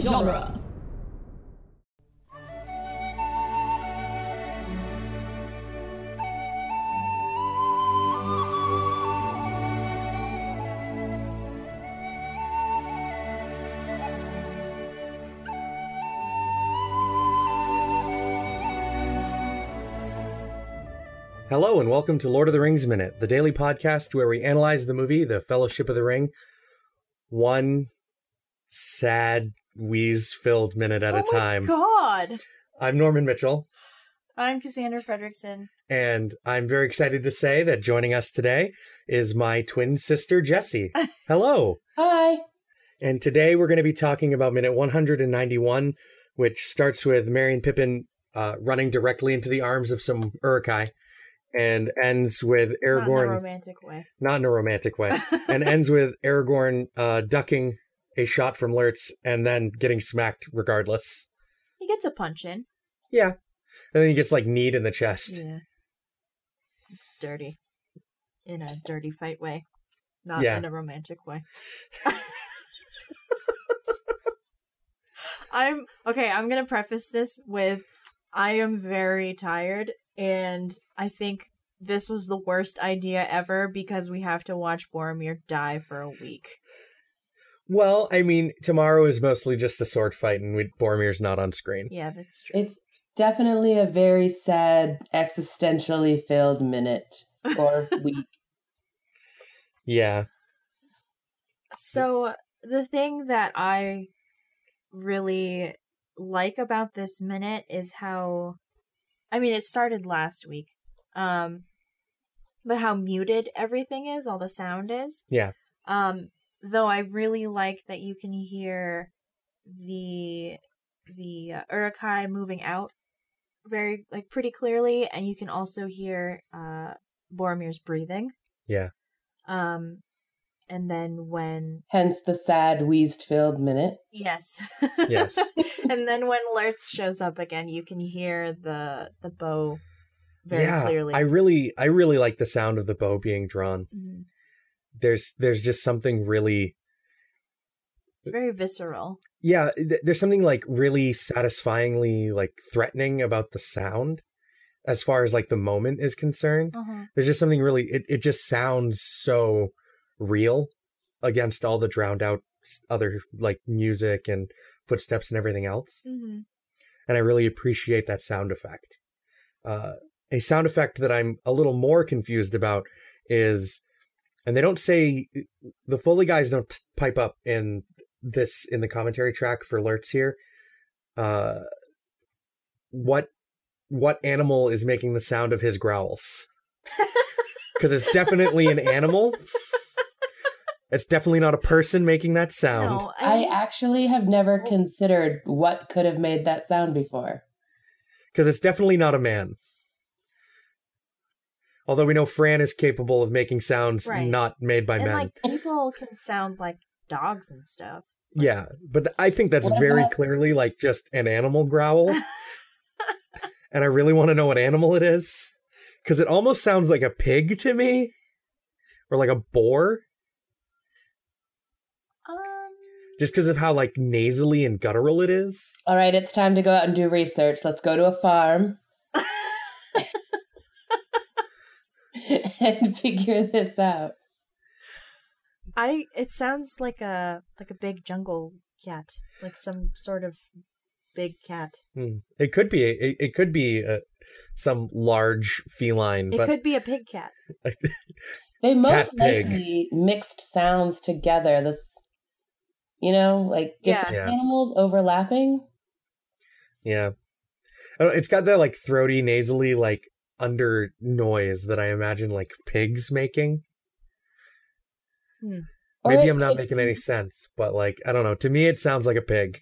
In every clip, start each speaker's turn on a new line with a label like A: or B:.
A: genre.
B: Hello, and welcome to Lord of the Rings Minute, the daily podcast where we analyze the movie The Fellowship of the Ring, one sad, wheezed filled minute at
C: oh
B: a time.
C: My God,
B: I'm Norman Mitchell,
C: I'm Cassandra Fredrickson.
B: and I'm very excited to say that joining us today is my twin sister, Jessie. Hello.
A: Hi.
B: And today we're going to be talking about minute 191, which starts with Merry and Pippin uh, running directly into the arms of some Urukai and ends with
C: Not in a
B: Aragorn
C: romantic way.
B: not in a romantic way, and ends with Aragorn uh, ducking a shot from Lurtz and then getting smacked regardless.
C: He gets a punch in.
B: Yeah. And then he gets like kneed in the chest.
C: Yeah, it's dirty, in a dirty fight way, not
B: Yeah.
C: in a romantic way. I'm okay. I'm gonna preface this with, I am very tired, and I think this was the worst idea ever because we have to watch Boromir die for a week.
B: Well, I mean, tomorrow is mostly just a sword fight and we, Boromir's not on screen.
C: Yeah, that's true.
A: It's definitely a very sad, existentially filled minute or week.
B: Yeah.
C: So the thing that I really like about this minute is how I mean it started last week. Um but how muted everything is, all the sound is.
B: Yeah.
C: Um though I really like that you can hear the the uh, Urukai moving out very like pretty clearly and you can also hear uh Boromir's breathing.
B: Yeah.
C: Um and then when
A: Hence the sad, wheezed filled minute.
C: Yes.
B: Yes.
C: and then when Lertz shows up again, you can hear the the bow very
B: yeah.
C: clearly.
B: I really I really like the sound of the bow being drawn.
C: Mhm.
B: There's there's just something really Uh,
C: It's very visceral.
B: yeah, th- there's something like really satisfyingly like threatening about the sound as far as like the moment is concerned. there's just something really it, it just sounds so real against all the drowned out s- other like music and footsteps and everything else
C: hmm
B: and i really appreciate that sound effect uh, a sound effect that i'm a little more confused about is and they don't say the foley guys don't pipe up in this in the commentary track for lertz here uh, what what animal is making the sound of his growls because it's definitely an animal. It's definitely not a person making that sound.
C: No, I, Oh.
A: I actually have never considered what could have made that sound before.
B: Because it's definitely not a man. Although we know Fran is capable of making sounds
C: Right.
B: not made by
C: and
B: men.
C: like people can sound like dogs and stuff.
B: yeah, but th- I think that's
A: What
B: very
A: about-
B: clearly like just an animal growl. and I really want to know what animal it is. Because it almost sounds like a pig to me or like a boar,
C: Um,
B: just because of how like nasally and guttural it is.
A: All right, it's time to go out and do research. Let's go to a farm and figure this out.
C: I it sounds like a like a big jungle cat, like some sort of big cat.
B: Hmm. It could be. It, it could be uh, some large feline,
C: It
B: but
C: could be a pig cat.
A: They most
B: pig.
A: likely mixed sounds together. This, you know, like
C: Yeah.
A: different
B: Yeah.
A: animals overlapping.
B: yeah, I don't- it's got that like throaty, nasally, like under noise that I imagine like pigs making.
A: Or
B: Maybe
A: it
B: I'm not
A: could
B: making
A: be-
B: any sense, but like I don't know. To me, it sounds like a pig,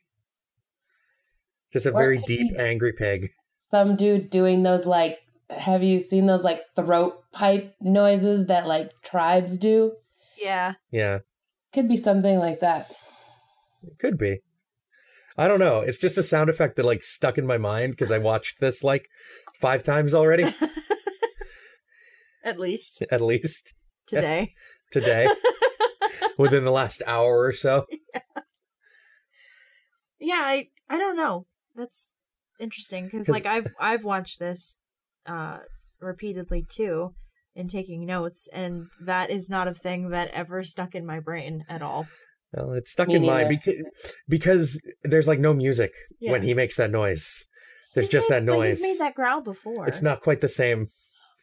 B: just a
A: Or it
B: very
A: could
B: deep,
A: be-
B: angry pig.
A: some dude doing those like have you seen those like throat pipe noises that like tribes do
C: Yeah.
B: Yeah,
A: could be something like that
B: it could be. I don't know. It's just a sound effect that like stuck in my mind because I watched this like five times already,
C: At least
B: at least
C: today.
B: today, within the last hour or so.
C: yeah, I I don't know. That's interesting because
B: 'Cause-
C: like I've I've watched this uh repeatedly too and taking notes, and that is not a thing that ever stuck in my brain at all.
B: Well, it's stuck
A: Me
B: in mine
A: neither.
B: because, because there's like no music
C: Yeah.
B: when he makes that noise. There's
C: He's
B: just
C: made-
B: that
C: but
B: noise.
C: He's made that growl before.
B: It's not quite the same.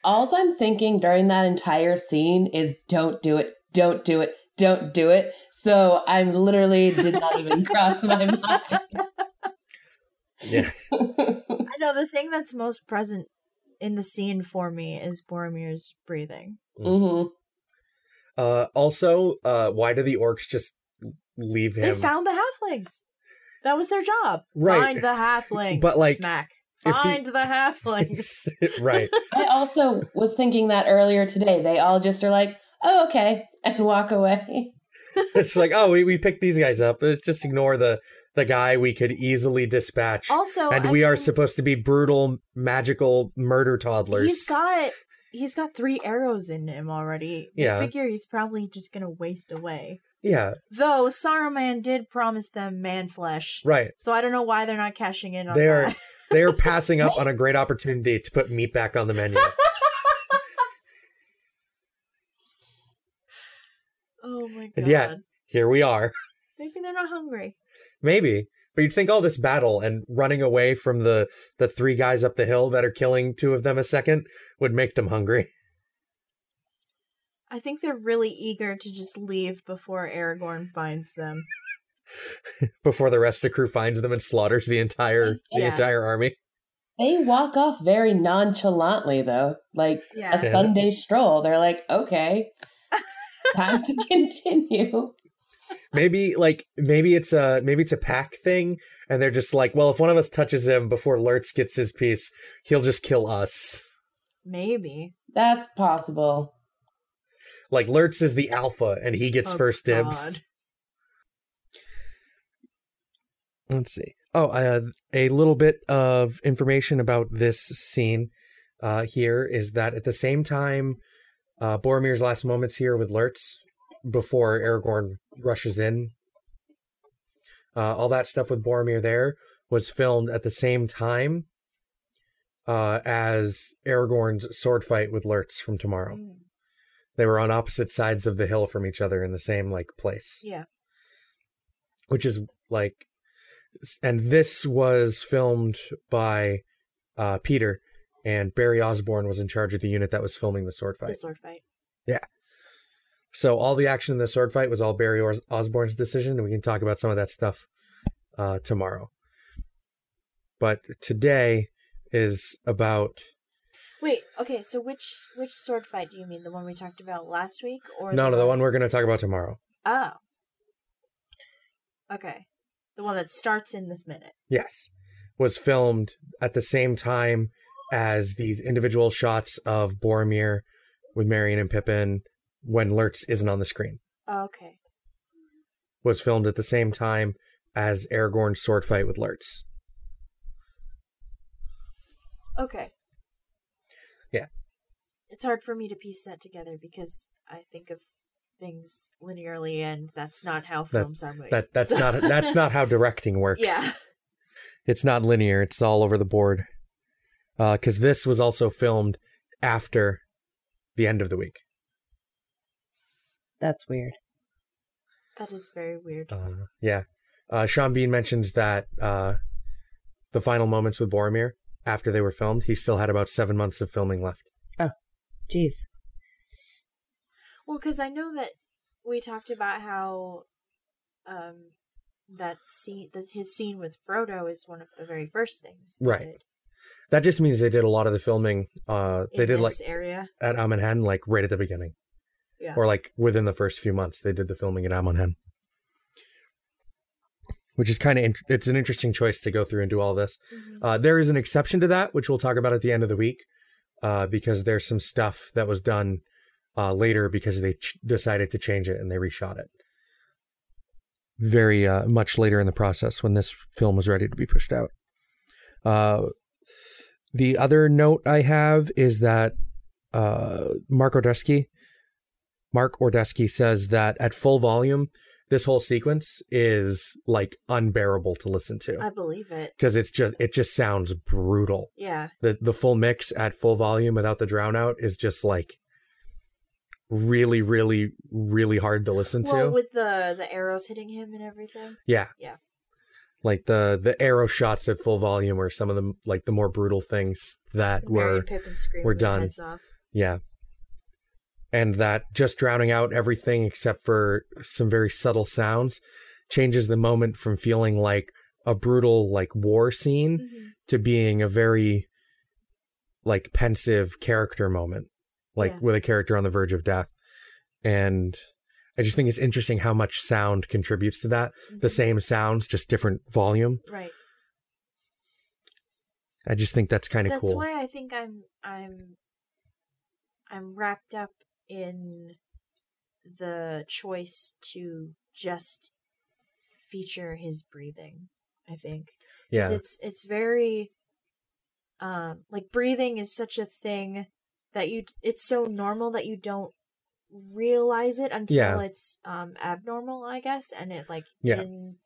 A: All I'm thinking during that entire scene is don't do it, don't do it, don't do it. So I'm literally did not even cross my
B: Yeah.
A: mind.
C: I know the thing that's most present in the scene for me is Boromir's breathing.
A: hmm
B: Uh, also, uh, why do the orcs just leave him?
C: They found the halflings. That was their job.
B: Right.
C: Find the halflings.
B: But, like,
C: smack.
B: if the-
C: Find the, halflings.
B: right.
A: I also was thinking that earlier today. They all just are like, oh, okay, and walk away.
B: It's like, oh, we, we picked these guys up. Let's just ignore the, the guy we could easily dispatch.
C: Also,
B: and
C: I
B: we are
C: mean,
B: supposed to be brutal, magical murder toddlers.
C: He's got he's got three arrows in him already.
B: Yeah.
C: I figure he's probably just gonna waste away.
B: yeah,
C: Though Saruman did promise them man flesh,
B: right.
C: so I don't know why they're not cashing in on
B: They're-
C: that.
B: They are passing up on a great opportunity to put meat back on the menu.
C: Oh my god!
B: And yet- Here we are.
C: maybe they're not hungry.
B: Maybe. But you'd think all this battle and running away from the the three guys up the hill that are killing two of them a second would make them hungry.
C: I think they're really eager to just leave before Aragorn finds them.
B: before the rest of the crew finds them and slaughters the entire the
C: Yeah. Uh-huh.
B: entire army.
A: They walk off very nonchalantly, though, like a
C: Yeah,
B: Yeah.
A: Sunday stroll. They're like, okay, time to continue.
B: Maybe like maybe it's a maybe it's a pack thing, and they're just like, well, if one of us touches him before Lurtz gets his piece, he'll just kill us.
C: maybe.
A: That's possible.
B: Like Lurtz is the alpha, and he gets
C: Oh,
B: first
C: God.
B: dibs. Let's see. Oh, uh, a little bit of information about this scene uh, here is that at the same time, uh, Boromir's last moments here with Lurtz before Aragorn rushes in. Uh, all that stuff with Boromir there was filmed at the same time uh, as Aragorn's sword fight with Lurtz from tomorrow.
C: Mm,
B: They were on opposite sides of the hill from each other in the same like place
C: Yeah,
B: which is like and this was filmed by uh peter and barry osborne was in charge of the unit that was filming the sword
C: the
B: fight
C: sword fight.
B: so all the action in the sword fight was all barry Os- osborne's decision and we can talk about some of that stuff uh tomorrow but today is about
C: Wait, okay. So which which sword fight do you mean? The one we talked about last week, or
B: no no the one we're going to talk about tomorrow
C: Oh. Okay. The one that starts in this minute.
B: yes was filmed at the same time as these individual shots of Boromir with Marion and Pippin when Lurtz isn't on the screen
C: Okay.
B: was filmed at the same time as Aragorn's sword fight with Lurtz.
C: Okay.
B: Yeah.
C: It's hard for me to piece that together because I think of things linearly and that's not how films are made.
B: That that's not that's not how directing works.
C: Yeah.
B: It's not linear, it's all over the board. Uh cuz this was also filmed after the end of the week.
A: That's weird.
C: That is very weird.
B: Uh, yeah. Uh, Sean Bean mentions that uh, the final moments with Boromir, after they were filmed, he still had about seven months of filming left.
D: Jeez.
C: Well, because I know that we talked about how um that scene this, his scene with Frodo is one of the very first things. they
B: Right.
C: did
B: That just means they did a lot of the filming. Uh, they
C: in
B: did like
C: this area.
B: at Amanhen, like right at the beginning,
C: Yeah.
B: or like within the first few months, they did the filming at Amanhen, which is kind of int- it's an interesting choice to go through and do all this.
C: Mhm.
B: Uh, there is an exception to that, which we'll talk about at the end of the week, uh, because there's some stuff that was done uh, later because they ch- decided to change it and they reshot it. Very uh, much later in the process when this film was ready to be pushed out. Uh, the other note I have is that uh, Mark Ordesky, Mark Ordesky says that at full volume, this whole sequence is like unbearable to listen
C: I
B: to
C: believe it.
B: because it's just it just sounds brutal.
C: Yeah.
B: The the full mix at full volume without the drown out is just like really really really hard to listen
C: Well,
B: to.
C: with the the arrows hitting him and everything.
B: yeah.
C: yeah.
B: Like the the arrow shots at full volume are some of the like the more brutal things that
C: Mary
B: were
C: and Pippin screaming
B: we're
C: their
B: done.
C: heads off.
B: Yeah. And that just drowning out everything except for some very subtle sounds changes the moment from feeling like a brutal like war scene
C: Mhm.
B: to being a very like pensive character moment like
C: Yeah.
B: with a character on the verge of death and i just think it's interesting how much sound contributes to that the
C: Mhm.
B: same sounds just different volume
C: Right.
B: i just think that's kind of
C: That's
B: cool
C: why I think I'm I'm I'm wrapped up in the choice to just feature his breathing. I think. 'Cause
B: yeah
C: It's it's very um like breathing is such a thing that you it's so normal that you don't realize it until
B: Yeah.
C: it's um abnormal, I guess, and it like
B: Yeah.
C: in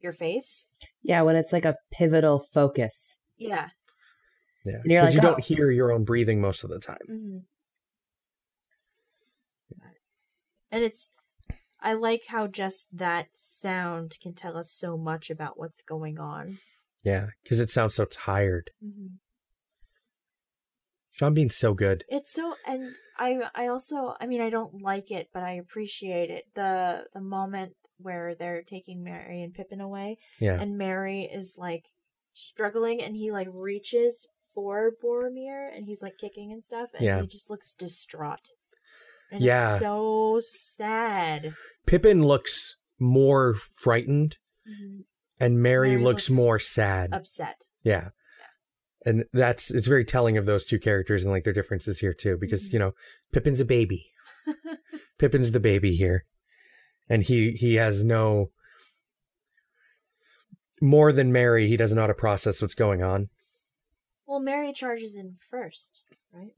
C: your face.
D: Yeah, when it's like a pivotal focus.
C: Yeah.
B: yeah
D: and you're
B: because
D: like,
B: you
D: "Oh."
B: don't hear your own breathing most of the time
C: hmm And it's I like how just that sound can tell us so much about what's going on.
B: Yeah, because it sounds so tired.
C: Mm-hmm.
B: Sean Bean's so good.
C: It's so, and I, I also, I mean, I don't like it, but I appreciate it. the The moment where they're taking Mary and Pippin away,
B: Yeah,
C: and Mary is like struggling, and he like reaches for Boromir, and he's like kicking and stuff, and
B: Yeah.
C: he just looks distraught. And
B: Yeah.
C: it's so sad.
B: Pippin looks more frightened, Mm-hmm. and Mary,
C: Mary
B: looks,
C: looks
B: more sad.
C: Upset.
B: yeah, and that's it's very telling of those two characters and like their differences here too, because
C: Mhm.
B: you know Pippin's a baby. Pippin's the baby here, and he he has no more than Mary. He doesn't know how to process what's going on.
C: Well, Mary charges in first, right?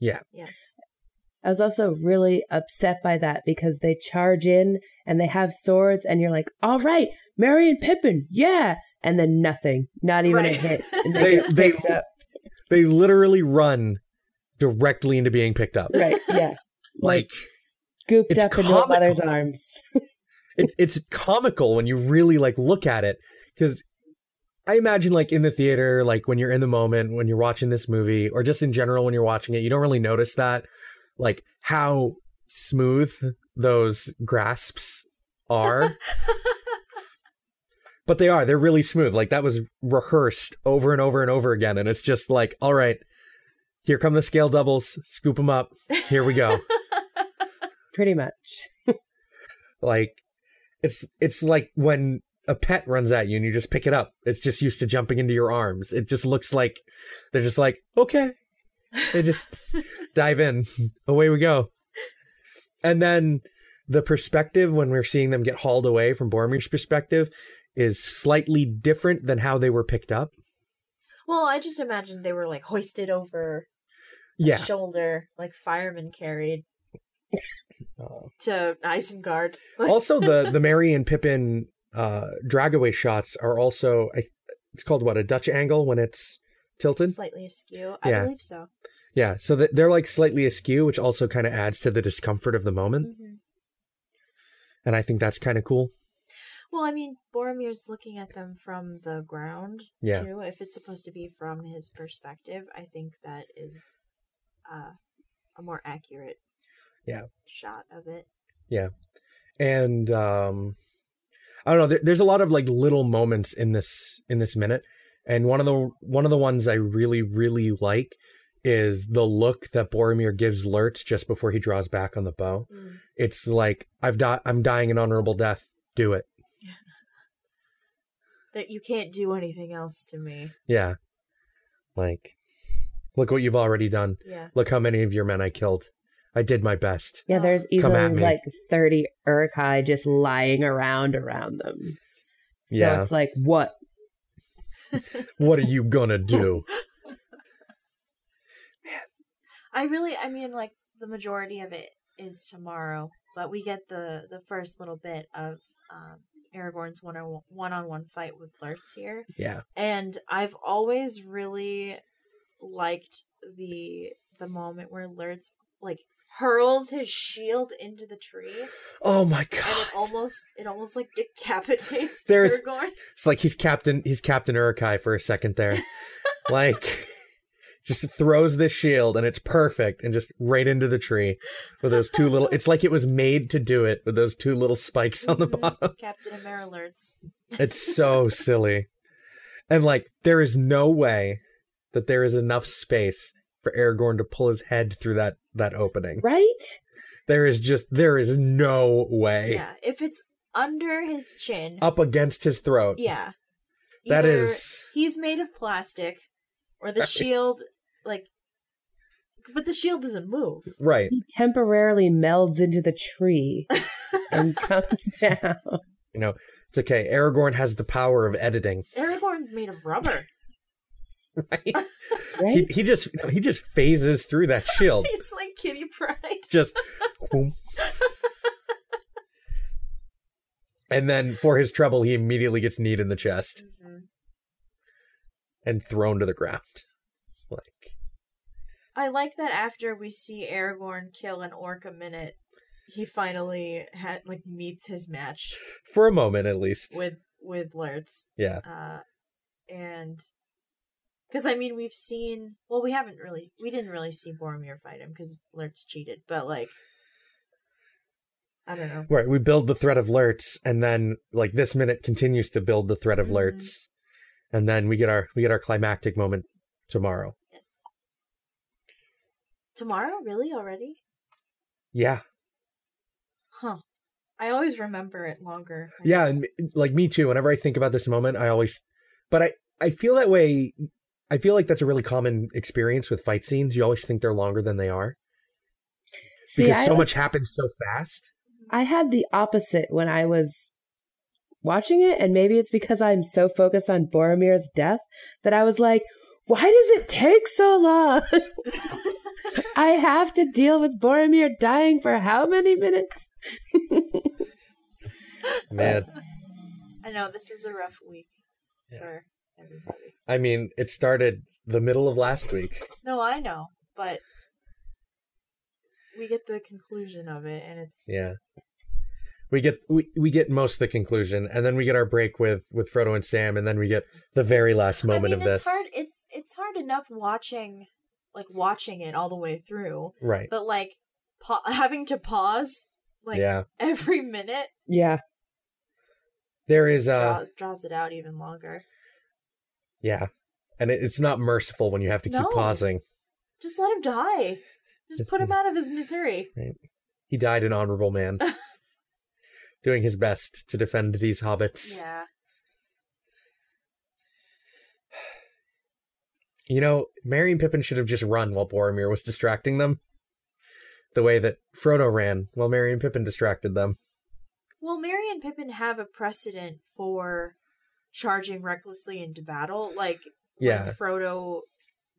D: I was also really upset by that because they charge in and they have swords, and you're like, all right, Merry and Pippin, yeah. And then nothing, not even a
C: Right.
D: hit. And
B: They-
D: get
B: they-
D: picked up.
B: They literally run directly into being picked up.
D: Right, yeah.
B: Like
D: Gooped
B: It's
D: up into a mother's
B: comical.
D: arms.
B: it's it's comical when you really like look at it because I imagine like in the theater, like when you're in the moment, when you're watching this movie, or just in general when you're watching it, you don't really notice that, like how smooth those grasps are. but they are; they're really smooth. Like that was rehearsed over and over and over again, and it's just like, all right, here come the scale doubles, scoop them up, here we go.
D: Pretty much.
B: like it's it's like when a pet runs at you and you just pick it up it's just used to jumping into your arms it just looks like they're just like okay they just dive in away we go and then the perspective when we're seeing them get hauled away from Boromir's perspective is slightly different than how they were picked up
C: Well, I just imagined they were like hoisted over a
B: yeah
C: shoulder, like firemen carried
B: Uh,
C: to Isengard.
B: also the the Mary and Pippin uh dragaway shots are also I, it's called what a Dutch angle when it's tilted
C: slightly askew.
B: Yeah.
C: I believe so.
B: Yeah, so that they're like slightly askew, which also kind of adds to the discomfort of the moment,
C: Mm-hmm.
B: and I think that's kind of cool.
C: Well, I mean, Boromir's looking at them from the ground
B: Yeah.
C: too. If it's supposed to be from his perspective, I think that is uh, a more accurate
B: Yeah.
C: shot of it.
B: And um I don't know, there, there's a lot of like little moments in this in this minute, and one of the one of the ones I really really like is the look that Boromir gives Lurch just before he draws back on the bow.
C: Mm.
B: It's like I've di- I'm dying an honorable death. Do it.
C: That you can't do anything else to me.
B: Yeah. Like look what you've already done.
C: Yeah.
B: Look how many of your men I killed. I did my best.
D: Yeah, there's easily
B: at me.
D: like 30 Urukai just lying around around them. So
B: Yeah.
D: it's like, what?
B: What are you gonna do?
C: I really, I mean, like the majority of it is tomorrow, but we get the the first little bit of um, Aragorn's one on one on one fight with Lurtz here,
B: Yeah.
C: and I've always really liked the the moment where Lurtz like hurls his shield into the tree,
B: Oh my
C: and
B: god.
C: it almost it almost like decapitates
B: There's-
C: Aragorn.
B: It's like he's Captain he's Captain Urukai for a second there. like just throws this shield and it's perfect and just right into the tree with those two little it's like it was made to do it with those two little spikes on the
C: Mhm.
B: bottom.
C: Captain Amara Lurtz.
B: It's so silly. And like there is no way that there is enough space for Aragorn to pull his head through that that opening.
D: Right?
B: There is just there is no way.
C: Yeah, if it's under his chin,
B: Up against his throat.
C: yeah,
B: Oh. That
C: Either
B: is
C: he's made of plastic, or the
B: Right.
C: shield like, but the shield doesn't move.
B: right.
D: He temporarily melds into the tree and comes down.
B: You know, it's okay. Aragorn has the power of editing.
C: Aragorn's made of rubber.
B: Right? He
D: Right?
B: he just you know, he just phases through that shield.
C: He's like Kitty Pride.
B: just boom. And then for his trouble, he immediately gets kneed in the chest and thrown to the ground. Like
C: I like that after we see Aragorn kill an orc a minute, he finally had like meets his match
B: for a moment at least.
C: with with Lurtz.
B: Yeah.
C: Uh, and because I mean we've seen well we haven't really we didn't really see Boromir fight him because Lurtz cheated, but like I don't know.
B: Right. We build the threat of Lurtz and then like this minute continues to build the threat of
C: Mhm.
B: Lurtz. And then we get our we get our climactic moment tomorrow.
C: Yes. Tomorrow, really already?
B: Yeah.
C: Huh. I always remember it longer. I
B: yeah
C: guess.
B: and m- like me too whenever i think about this moment i always but i i feel that way i feel like that's a really common experience with fight scenes you always think they're longer than they are
D: See,
B: because
D: I
B: so
D: was-
B: much happens so fast
D: I had the opposite when I was watching it, and maybe it's because I'm so focused on Boromir's death that I was like, why does it take so long? I have to deal with Boromir dying for how many minutes?
B: man
C: I know this is a rough week
B: Yeah.
C: for everybody.
B: i mean it started the middle of last week
C: No, I know, but we get the conclusion of it, and it's
B: yeah we get we, we get most of the conclusion and then we get our break with with frodo and sam and then we get the very last
C: I
B: moment
C: mean,
B: of this
C: it's hard. It's it's hard enough watching, like watching it all the way through,
B: right
C: but like pa- having to pause like
B: yeah
C: every minute
D: Yeah.
B: there is uh
C: draws, draws it out even longer.
B: yeah and it, it's not merciful when you have to keep
C: No.
B: pausing
C: Just let him die. Just put him out of his misery.
B: He died an honorable man, doing his best to defend these hobbits.
C: Yeah.
B: You know, Merry and Pippin should have just run while Boromir was distracting them, the way that Frodo ran while Merry and Pippin distracted them.
C: Well, Merry and Pippin have a precedent for charging recklessly into battle. Like
B: Yeah,
C: when Frodo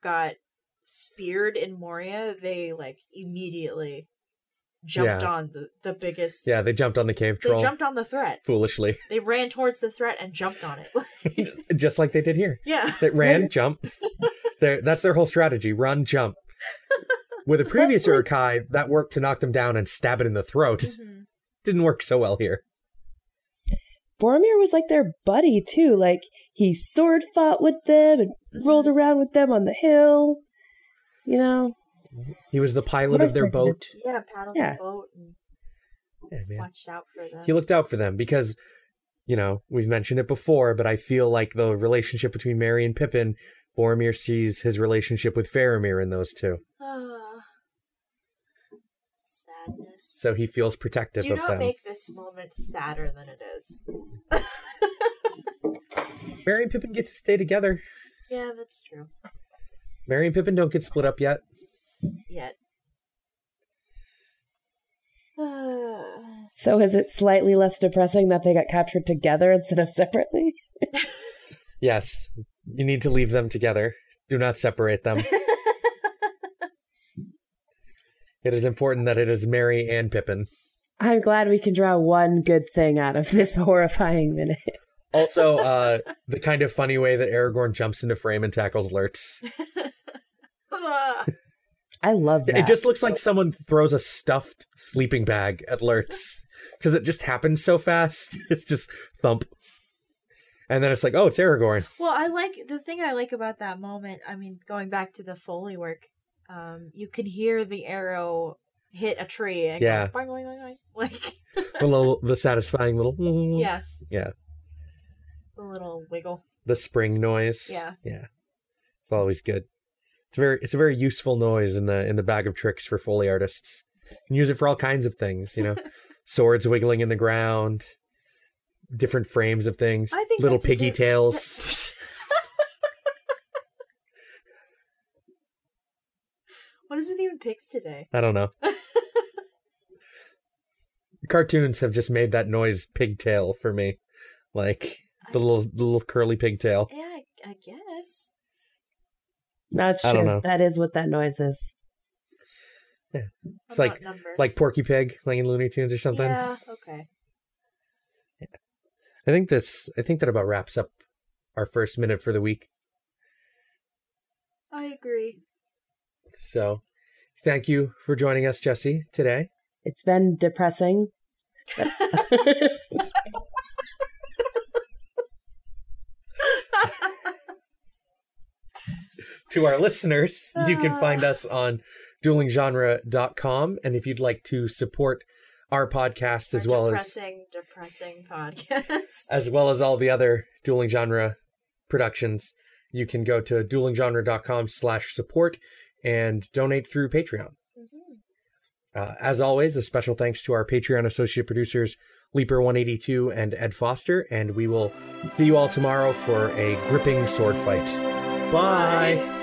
C: got speared in Moria, they like immediately jumped
B: Yeah.
C: on the, the biggest
B: yeah, they jumped on the cave
C: they
B: troll
C: jumped on the threat.
B: foolishly,
C: They ran towards the threat and jumped on it.
B: just like they did here.
C: yeah.
B: They ran, jump. They're, that's their whole strategy: run, jump. With a previous Urukai, that worked to knock them down and stab it in the throat.
C: Mhm.
B: Didn't work so well here.
D: Boromir was like their buddy, too. Like, he sword fought with them and rolled
B: Mm-hmm.
D: around with them on the hill. You know?
B: He was the pilot of their boat.
C: Yeah, paddled
D: Yeah.
C: the boat and
B: Yeah, man.
C: watched out for them.
B: he looked out for them because you know we've mentioned it before but i feel like the relationship between mary and pippin boromir sees his relationship with faramir in those two
C: Ah. Sadness.
B: so he feels protective
C: Do
B: of
C: not
B: them
C: make this moment sadder than it is.
B: mary and pippin get to stay together
C: Yeah, that's true.
B: mary and pippin don't get split up yet
C: Yet. Uh,
D: So is it slightly less depressing that they got captured together instead of separately?
B: yes you need to leave them together do not separate them it is important that it is mary and pippin
D: I'm glad we can draw one good thing out of this horrifying minute.
B: Also, uh, the kind of funny way that Aragorn jumps into frame and tackles Lurtz.
C: Ugh.
D: I love that.
B: It just looks like someone throws a stuffed sleeping bag at Lurtz because it just happens so fast. It's just thump. And then it's like, oh, it's Aragorn.
C: well, I like the thing I like about that moment. I mean, going back to the foley work, um, you can hear the arrow hit a tree and
B: Yeah.
C: go boing, boing, boing, boing. like
B: The little, the satisfying little,
C: yeah,
B: Mm. Yeah.
C: the little wiggle.
B: the spring noise.
C: Yeah.
B: yeah, it's always good. It's very, it's a very useful noise in the in the bag of tricks for foley artists. You can use it for all kinds of things. You know, swords wiggling in the ground, different frames of things,
C: I think
B: little
C: that's a
B: piggy
C: diff-
B: tails.
C: What is with even pigs today?
B: I don't know. Cartoons have just made that noise pigtail for me, like the little the little curly pigtail.
C: Yeah, I, I guess.
D: That's true.
B: I don't know.
D: That is what that noise is.
B: It's
C: I'm
B: like-
C: not numbered.
B: Like Porky Pig, like in Looney Tunes or something.
C: Yeah. Okay.
B: I think this. I think that about wraps up our first minute for the week.
C: I agree.
B: So, thank you for joining us, Jesse, today.
D: It's been depressing.
B: To our listeners, you
C: Ah.
B: can find us on duelinggenre.com. And if you'd like to support our podcast as
C: Our
B: well as
C: depressing, depressing podcast.
B: as well as all the other dueling genre productions, you can go to duelinggenre.com slash support and donate through Patreon.
C: Mhm.
B: Uh, as always, a special thanks to our Patreon associate producers, Leaper182 and Ed Foster, and we will see you all tomorrow for a gripping sword fight. Bye.
C: Bye.